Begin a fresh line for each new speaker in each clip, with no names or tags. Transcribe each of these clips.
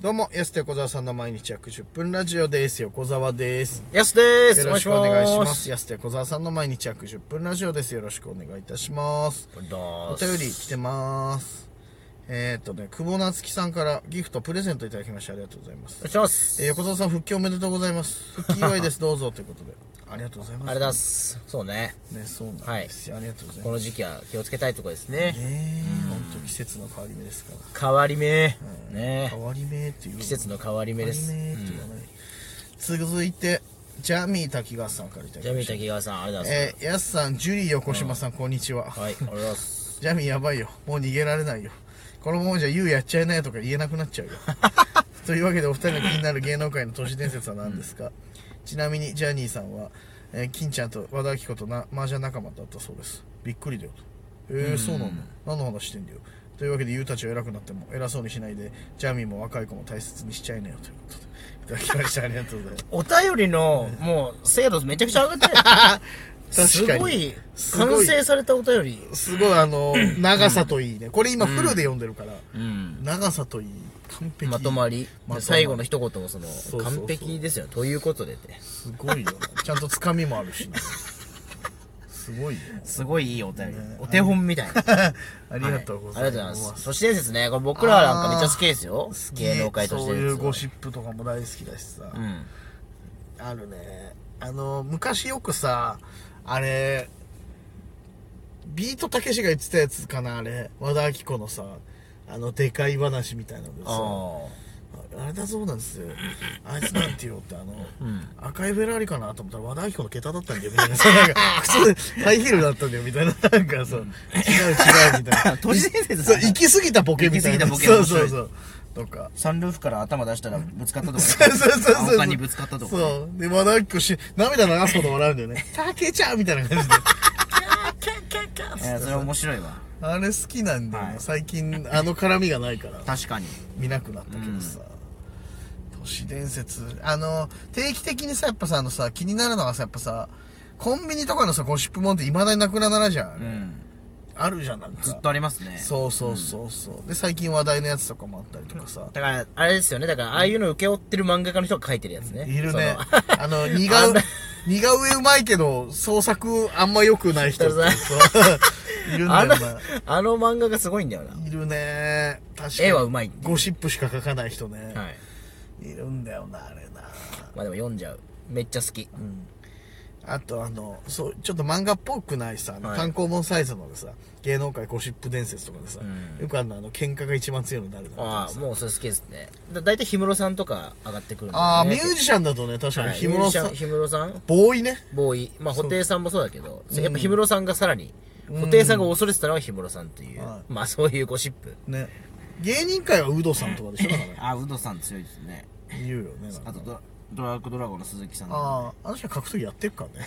どうも、安手小沢さんの毎日約10分ラジオです。横澤です。
やすで
よ
す
ろしくお願いしま
願い
す。安手小沢さんの毎日約10分ラジオです。よろしくお願いいたします。お
お
便
便
り
り
来てます。えー、っとね、久保夏樹さんからギフトプレゼントいただきましてありがとうございます
お願い。します
えー横澤さん、復帰おめでとうございます。復帰祝いです。 どうぞということで。ありがとうございます。
あれだっすそうね
ね、そうなんですよ。ありがとうござい
こ
ま
の時期は気をつけたいとこですね
す。ねえ、本当季節の変わり目ですから。
変わり目
変
ね
わり目っていう
季節の変わり目です
アニメっていうのはね続いてジャミー滝川さんからいただ
ジ
き
ャ
ま
ミ
し
ー
た
滝川さんありがとうござい
えー、やすさんジュリー横島さん、こんにちは、
ますはいありがとうございます
ジャミーやばいよもう逃げられないよこのままじゃ「ユうやっちゃいなよ」とか言えなくなっ ちゃうよというわけでお二人の気になる芸能界の都市伝説は何ですか、ちなみにジャニーさんは、えー金ちゃんと和田アキ子とな麻雀仲間だったそうですびっくりだよとえー、そうなんだ何の話してんだよというわけでユウたちは偉くなっても偉そうにしないでジャミーも若い子も大切にしちゃいなよということでいただきましたありがとうございます
お便りのもう精度めちゃくちゃ上 がってす
確かに
ごい
すごい
完成されたお便り
すごいあの長さといいねこれ今フルで読んでるから、
うん
長さといい完璧
まとまり
まとまり
最後の一言もその
そうそうそう
完璧ですよということでって
すごいよなちゃんとつかみもあるしなすごいよ
すごいいいお便りお手本みたいな
ありがとうござい
ありが
ま
とうございますす。都市伝説ね、これ僕らなんかめっちゃ好きですよ。芸能界として
そういうゴシップとかも大好きだしさ、
うん。
あるねあの昔よくさあれビートたけしが言ってたやつかなあれ和田アキ子のさあのでかい話みたいなのでさ
あ
あれだそうなんですよ。あいつなんてよって、あの、
ん
赤いフェラーリかなと思ったら和田アキ子の下駄だったんだよ、みたいな。そうなんか、靴、ハイヒールだったんだよ、みたいな。なんかそう、違う違う、みたいな。
都市伝説
そう、行き過ぎたボケみたいな。
行き過ぎ
そ
たボケ
うそうそう。とか。
サンルーフから頭出したらぶつかったとか。
そうそうそうそう。
青缶にぶつかったとか。
そう。で、和田アキ子し、涙流すほど笑うんだよね。たけちゃんみたいな感じで。キャーキャーキャーキャーっつ
え
っ
ー
て
それ面白いわ。
あれ好きなんだよね、
はい
最近、あの絡みがないから。
確かに。
見なくなったけどさ、都市伝説あの定期的にさやっぱさあのさ気になるのがさやっぱさコンビニとかのさゴシップもんっていまだになくならないじゃん、
うん。
あるじゃんなんか
ずっとありますね。
そうそうそうそう、で最近話題のやつとかもあったりとかさ、
だから、あれですよね。だから、ああいうの受け負ってる漫画家の人が書いてるやつね。
いる
そ
ね
の
あ の似顔
あんな
似顔絵うまいけど創作あんま良くない人って いうそういるんだ
あ
よ
の
な、
あの漫画がすごいんだよな。
いるね確かに
絵はうまい。
ゴシップしか描かない人ね、
はい。
い、るんだよなあれな
まあでも読んじゃう。めっちゃ好き。
あとあのそうちょっと漫画っぽくないさ、あの
はい
単行本サイズのでさ芸能界ゴシップ伝説とかでさ、
うん
よくあるのあの喧嘩が一番強いの誰だろう
ああ、もうそれ好きですね。だだいたい氷室さんとか上がってくるんだよね
ああミュージシャンだとね確か
は
に
い
氷室さん、
氷室さん
ボーイね
ボーイ、まあ、布袋さんもそうだけど、
うん
やっぱ氷室さんがさらに、
うん
布袋さんが恐れてたのは氷室さんという、
は
まあそういうゴシップ。
ね芸人界はウドさんとかでしょ だか
あ、ウドさん強いですね。
ら言うよねなんか
ドラドラッグドラゴンの鈴木さん
あああの人は格闘技やってるからね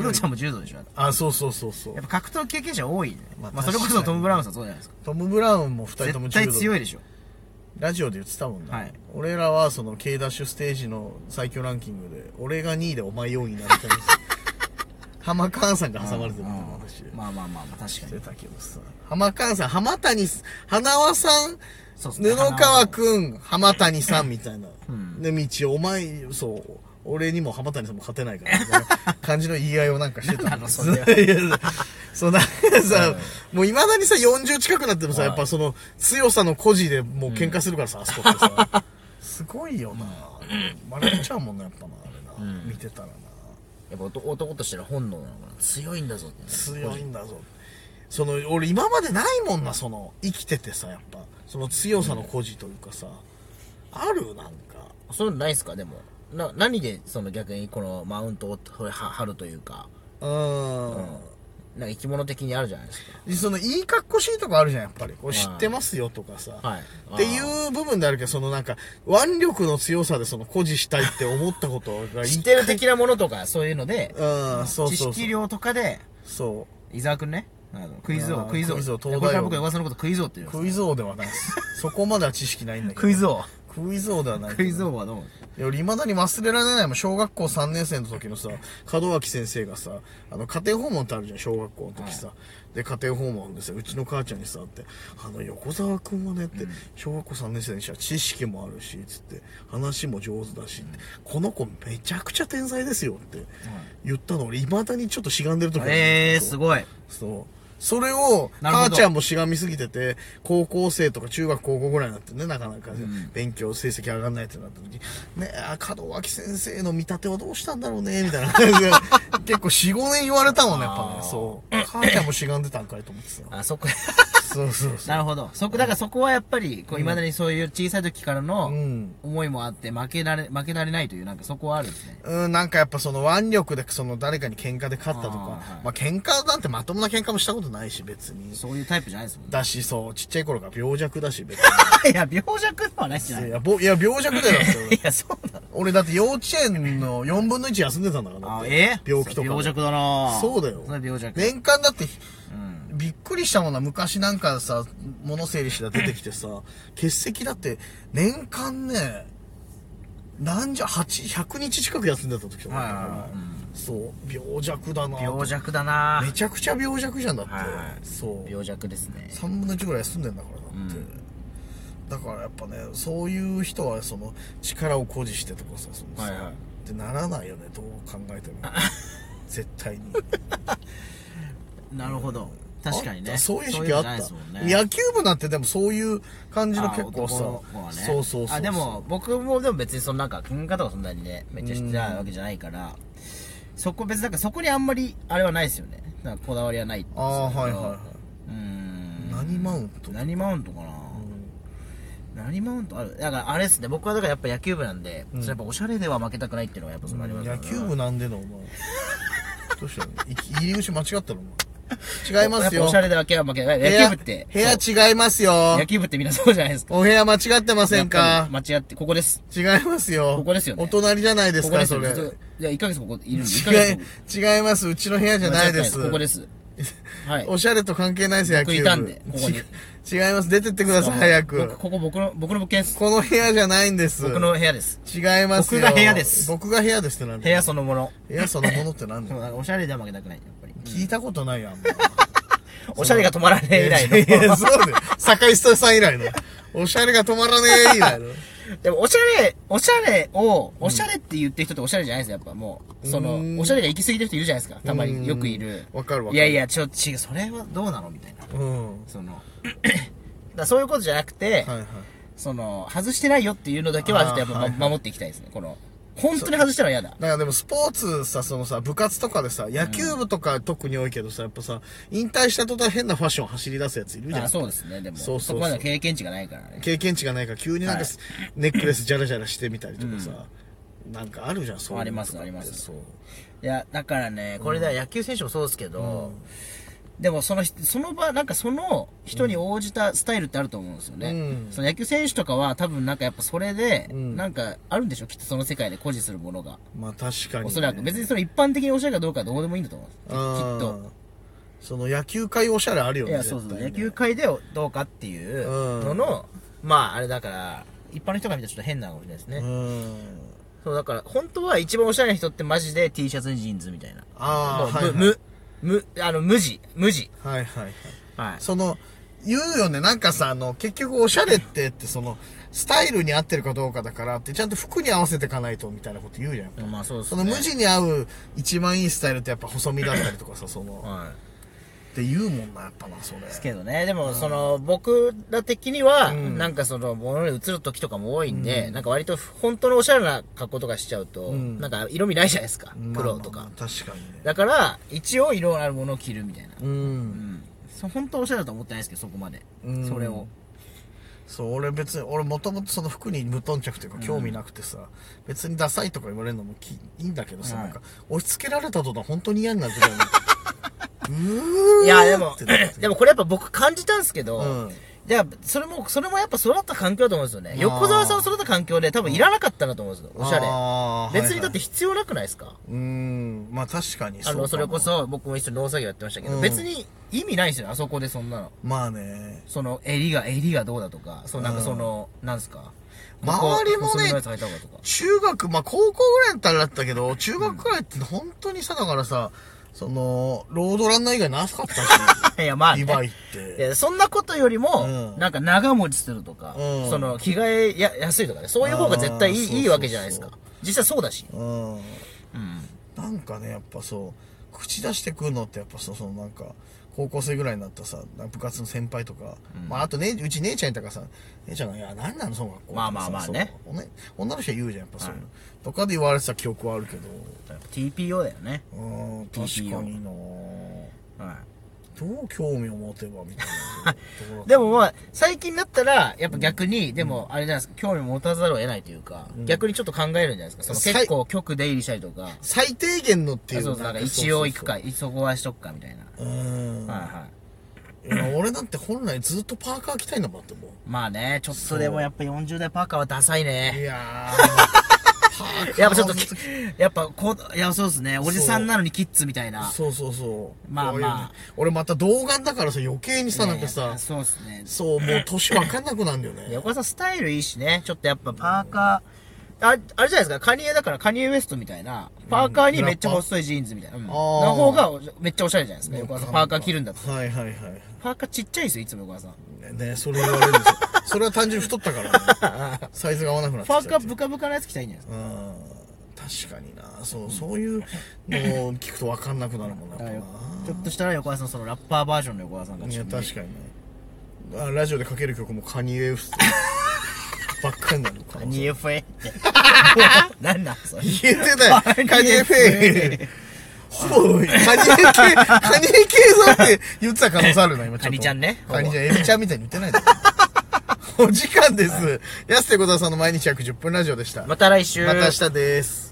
ウドちゃんも柔道でしょ。
あそうそうそうそう
っぱ格闘経験者多いね。
まあ確かに
ブラウンさんそうじゃないですか。
トム・ブラウンも2人とも柔道
いでしょ。
ラジオで言ってたもんな、
はい
俺らはその K ダッシュステージの最強ランキングで俺が2位でお前4位になるみたいな浜川さんが挟まれてるみたいな話
うんまあまあまあまあ、確か
して。たけどさ浜川さん浜谷す花輪さん
そうっすね
布川くん浜谷さんみたいな、 で道お前そう俺にも浜谷さんも勝てない からみたいな感じの言い合いをなんかしてた
なんなのそ れ
いやいやそうなんかさ、もういまだにさ40近くなってもさ、
はい
やっぱその強さの孤児でもう喧嘩するからさ、あそこって さすごいよな笑っちゃうもんなやっぱなあれな、見てたらな
やっぱ男男としての本能なのかな。強いんだぞって。
強いんだぞその俺今までないもんなその生きててさやっぱその強さの孤児というかさ、あるなんか
そういうのないですかでも。な、何でその逆にこのマウントをは張るというか、
うーん
なんか生き物的にあるじゃないですか。
そのいいかっこしいとこあるじゃんやっぱりこう
はい
知ってますよとかさ、
はい。
っていう部分であるけどそのなんか腕力の強さでその誇示したいって思ったことがい
知ってる的なものとか、そういうので、
うんそうそう
知
そう
識量とかで、
そ
伊沢くんね、あのクイズ
あ
王、
ー
クイズ王。
クイズ王東大王
これから僕は噂のことクイズ王って言
う
うの。
クイズ王ではないですそこまでは知識ないんだけど
クイズ王。
クイズ王ではないけど
クイズ王はどう
いや、俺、未だに忘れられないもん小学校3年生の時のさ、門脇先生がさ、あの、家庭訪問ってあるじゃん、小学校の時さ。で、家庭訪問でさ、うちの母ちゃんにさ、って、あの、横澤くんはね、って、小学校3年生にしたら知識もあるし、つって、話も上手だし、ってこの子めちゃくちゃ天才ですよ、って言ったの、俺、未だにちょっとしがんでる時あるんだけど
ええー、すごい。
そう。それを、
なるほど
母ちゃんもしがみすぎてて、高校生とか中学高校ぐらいになってね、なかなかね、
ん
勉強成績上がんないってなった時に、ねえ、門脇先生の見立てはどうしたんだろうね、みたいな 感じで、結構4、5年言われたもんね、やっぱ
あー。
ね、そう。母ちゃんもしがんでたんかいと思ってさ
あ、そこ、
そうそうそう。
なるほど。そこ、だからそこはやっぱり、こう、未だにそういう小さい時から
う
の
ん。
思いもあって、負けられ、負けられないという、なんかそこはあるんですね。
うん、なんかやっぱその腕力でその誰かに喧嘩で勝ったとか、
あーはい
まあ喧嘩なんてまともな喧嘩もしたことないし別に。
そういうタイプじゃないですもんね。
だしそう、ちっちゃい頃から病弱だし別
いや、病弱では ないじゃな
に。
い
い。や、ぼいや病弱だよだって俺
いや、そうなの。
俺だって幼稚園の4分の1休んでたんだからだ
あ
っ、て
え
病気とかで
病弱だな
そうだよ
それは病弱。
年間だって
うん。
びっくりしたもんな昔なんかさ物整理してたら出てきてさ 欠席だって年間ね何じゃ8 100日近く休んでた時とかあったから
はいはいはい
そう病弱だなと
病弱だな
めちゃくちゃ病弱じゃんだって、
はいはい
そう
病弱ですね。
3分の1ぐらい休んでんだからだって、
うん
だからやっぱねそういう人はその力を誇示してとかさそのさ、
はいは
っ
い
てならないよねどう考え ても絶対に
なるほど。確かに
あっ
ね。
たそういう時期あった
そういうのじゃないですもんね。
野球部なんてでもそういう感じの
あ
結構さ、
男の子はね
そうそうそう
あでも僕もでも別にそのなんか喧嘩とかそんなにねめっちゃしてないわけじゃないからそこ別になんかそこにあんまりあれはないですよねなんかこだわりはないって
ああはいはいはいう
ーん
何マウント
何マウントかな、何マウントあるだからあれですね僕はだからやっぱ野球部なんで、
ん
それやっぱおしゃれでは負けたくないっていうのがやっぱそのありますね
野球部なんでのお前どうしたのい入り口間違った のお前違います
やっぱ
よ
おしゃれで負けは負けない
部
野
屋
球部って
部屋違いますよ
野球部ってみんなそうじゃないですか
お部屋間違ってません
やっ
か
ぱり間違ってここです
違いますよ
ここですよね
お隣じゃないです
ここ
か
です
そ
よ
れ
ずっといや1ヶ月ここいるんで1ヶ月ここ
違い違いますうちの部屋じゃないです
ここです。はい。
おしゃれと関係ないですよ、野
僕
球部。
いたんでここに
ち違います。出てってください、早
僕
く。
ここ僕の、僕の物件です。
この部屋じゃないんです。
僕の部屋です。
違いますよ。
僕が部屋です
僕が部屋ですってなん
部
だよ
屋そのもの。
部屋そのものってなんだ
でも
よ
なんかおしゃれでは負けたくない、やっぱり。
聞いたことない やん。
おしゃれが止まらない以 来
いやいや
の。
そうだよ。坂井久さん以来の。おしゃれが止まらねえ以来の。
でもおしゃれ、おしゃれを、おしゃれって言ってる人っておしゃれじゃないですやっぱもう。そう
ーん
の、おしゃれが行き過ぎてる人いるじゃないですか。 たま
うん
によくいる。
わかるわかる
いやいや、ちょ、違う、それはどうなのみたいな。
うん。
その、 だからそういうことじゃなくて、
はいはい。
その、外してないよっていうのだけは、ちょっとやっ
あーは
ぱ
いはい
守っていきたいですね。この、本当に外したら嫌だ。
なんかでもスポーツさ、そのさ、部活とかでさ、野球部とか特に多いけどさ、やっぱさ、引退した途端変なファッション走り出すやついるじゃん。
あそうですねでも
そうそうそう
そこまでの経験値がないからね
経験値がないから急になんか、
はい
ネックレスジャラジャラしてみたりとかさ、なんかあるじゃんそういうの
あります
とかって
あります
そう
いやだからねこれだ野球選手もそうですけど、でもその人その場なんかその人に応じたスタイルってあると思うんですよね、
うん
その野球選手とかは多分なんかやっぱそれで、
うん
なんかあるんでしょきっとその世界で誇示するものが、
まあ確かに、ね、
おそらく別にそれ一般的におしゃれかどうかはどうでもいいんだと思うんです
あ
きっ
ー
と
その野球界おしゃれあるよ
い
ね
やそうそう、
絶対
野
ね
球界でどうかっていう
うん
のの、まああれだから一般の人が見たらちょっと変なのかもしれないですね、
うん
そうだから本当は一番おしゃれな人ってマジで T シャツにジーンズみたいな
ああ
もう
はいはい
む、む、む、あの、無地、無地。
はいはいはい
はい。
その言うよねなんかさあの結局おしゃれってってそのスタイルに合ってるかどうかだからってちゃんと服に合わせていかないとみたいなこと言うじゃんやっぱ
まあそうです
そ
ね。
の無地に合う一番いいスタイルってやっぱ細身だったりとかさその
は
って言うもんなやっぱなそれ
い。けどね、でも、その、僕ら的には、
うん
なんかその、物に映る時とかも多いんで、なんか割と、本当のおしゃれな格好とかしちゃうと、
ん
なんか色味ないじゃないですか。黒
まあ
とか
ま。あまあ確かにね
だから、一応色のあるものを着るみたいな。
う
うんん。そう本当おしゃれだと思ってないですけど、そこまで。
うん
それを。
そう俺別に俺もともとその服に無頓着というか興味なくてさ、別にダサいとか言われるのもきいいんだけどさ、
はい
なんか押し付けられた途端本当に嫌になってたよねうー
いや、でも
ってなって、
でもこれやっぱ僕感じたんですけど、
うん
いや、それも、それもやっぱ育った環境だと思うんですよね
あ。ー
横澤さん育った環境で多分いらなかったなと思うんですよ。 おしゃれ。
あー
別にだっ、て
はいはい
必要なくないですか
うーんまあ確かに
あ
うか
の、
も
それこそ僕も一緒に農作業やってましたけ
う
ど、
ん
別に意味ないですよね、あそこでそんなの。
まあね
その、襟が、襟がどうだとか、そう、なんかその、なんすか。
周りもね
ここ細身のやつ履いた方がとか。
中学まあ高校ぐらいだったらだったけど中学くらいって本当にさだからさそのロードランナー以外なかったし
いや、 まあ、ね、
リバイっ
い
て
やそんなことよりも、
うん
なんか長持ちするとか、
うん
その着替えや安いとかね、そういう方が絶対
あ
いい
ーそうそうそう
いいわけじゃないですか。実際そうだし。
うん
うん。
なんかねやっぱそう口出してくるのってやっぱそうそのなんか高校生ぐらいになったさ部活の先輩とか、まああとねうち姉ちゃんいたからさ姉ちゃんが「いや何なのその学校」
まあまあまあね
そうおね女の人は言うじゃんやっぱそういうの、とかで言われてた記憶はあるけど
TPO だよね。
うん確
TPO
かにな
は
どう興味を持てばみたいなところ
い。でもまあ、最近になったら、やっぱ逆に、でもあれじゃないですか、興味持たざるを得ないというか、逆にちょっと考えるんじゃないですか。その
さい
結構局出入りしたりとか、
最低限のってい
あ
う
そうそう、なんか
そうそうそう
一応行くか、そこはしとくかみたいな。
うん、
はいはい。
いや俺だって本来ずっとパーカー着たいんだもんって思う
まあね、ちょっとでもやっぱ40代パーカーはダサいね。
いやー
やっぱちょっと、やっぱこう、いや、そうですね。おじさんなのにキッズみたいな。
そうそうそう
まあ
こういう
まあ
ね俺また童顔だからさ余計にさなんか
いやい
さ
やそうですね。
そうもう年わかんなくなるんだよ
いや
ね
横田さんスタイルいいしね。ちょっとやっぱパーカー、ああれじゃないですか、カニエだからカニエウエストみたいな、パーカーにめっちゃ細いジーンズみたいな、うんの
ー
方がめっちゃおしゃれじゃないですか。横田さんパーカー着るんだって。
はいはいはい
パーカーちっちゃいんですよ、いつも横田さん。
ねねそれ言われるんですよそれは単純に太ったから ねサイズが合わなくなっち
パ
ゃっ
ー
て
カーブカブカのやつ着たいんじゃないですか。
うん確かになそうそういうのを聞くとわかんなくなるもんな
だから
やっ
よ
ぱな
ちょっとしたら横田さん、そのラッパーバージョンの横田さんが
い
ちょ
や
っとね
確かにねあラジオでかける曲もカニエウエスト ばっかりなのか
カニエフェって。何 なんそれ。
言えて ないカニエフェイほぼカニエ系カニエ系さんって言ってた可能性あるな今ちょっと
カニちゃんね
カニちゃんエビちゃんみたいに言ってないでお時間です安手小沢さんの毎日約10分ラジオでしたま
また来週。
た明日です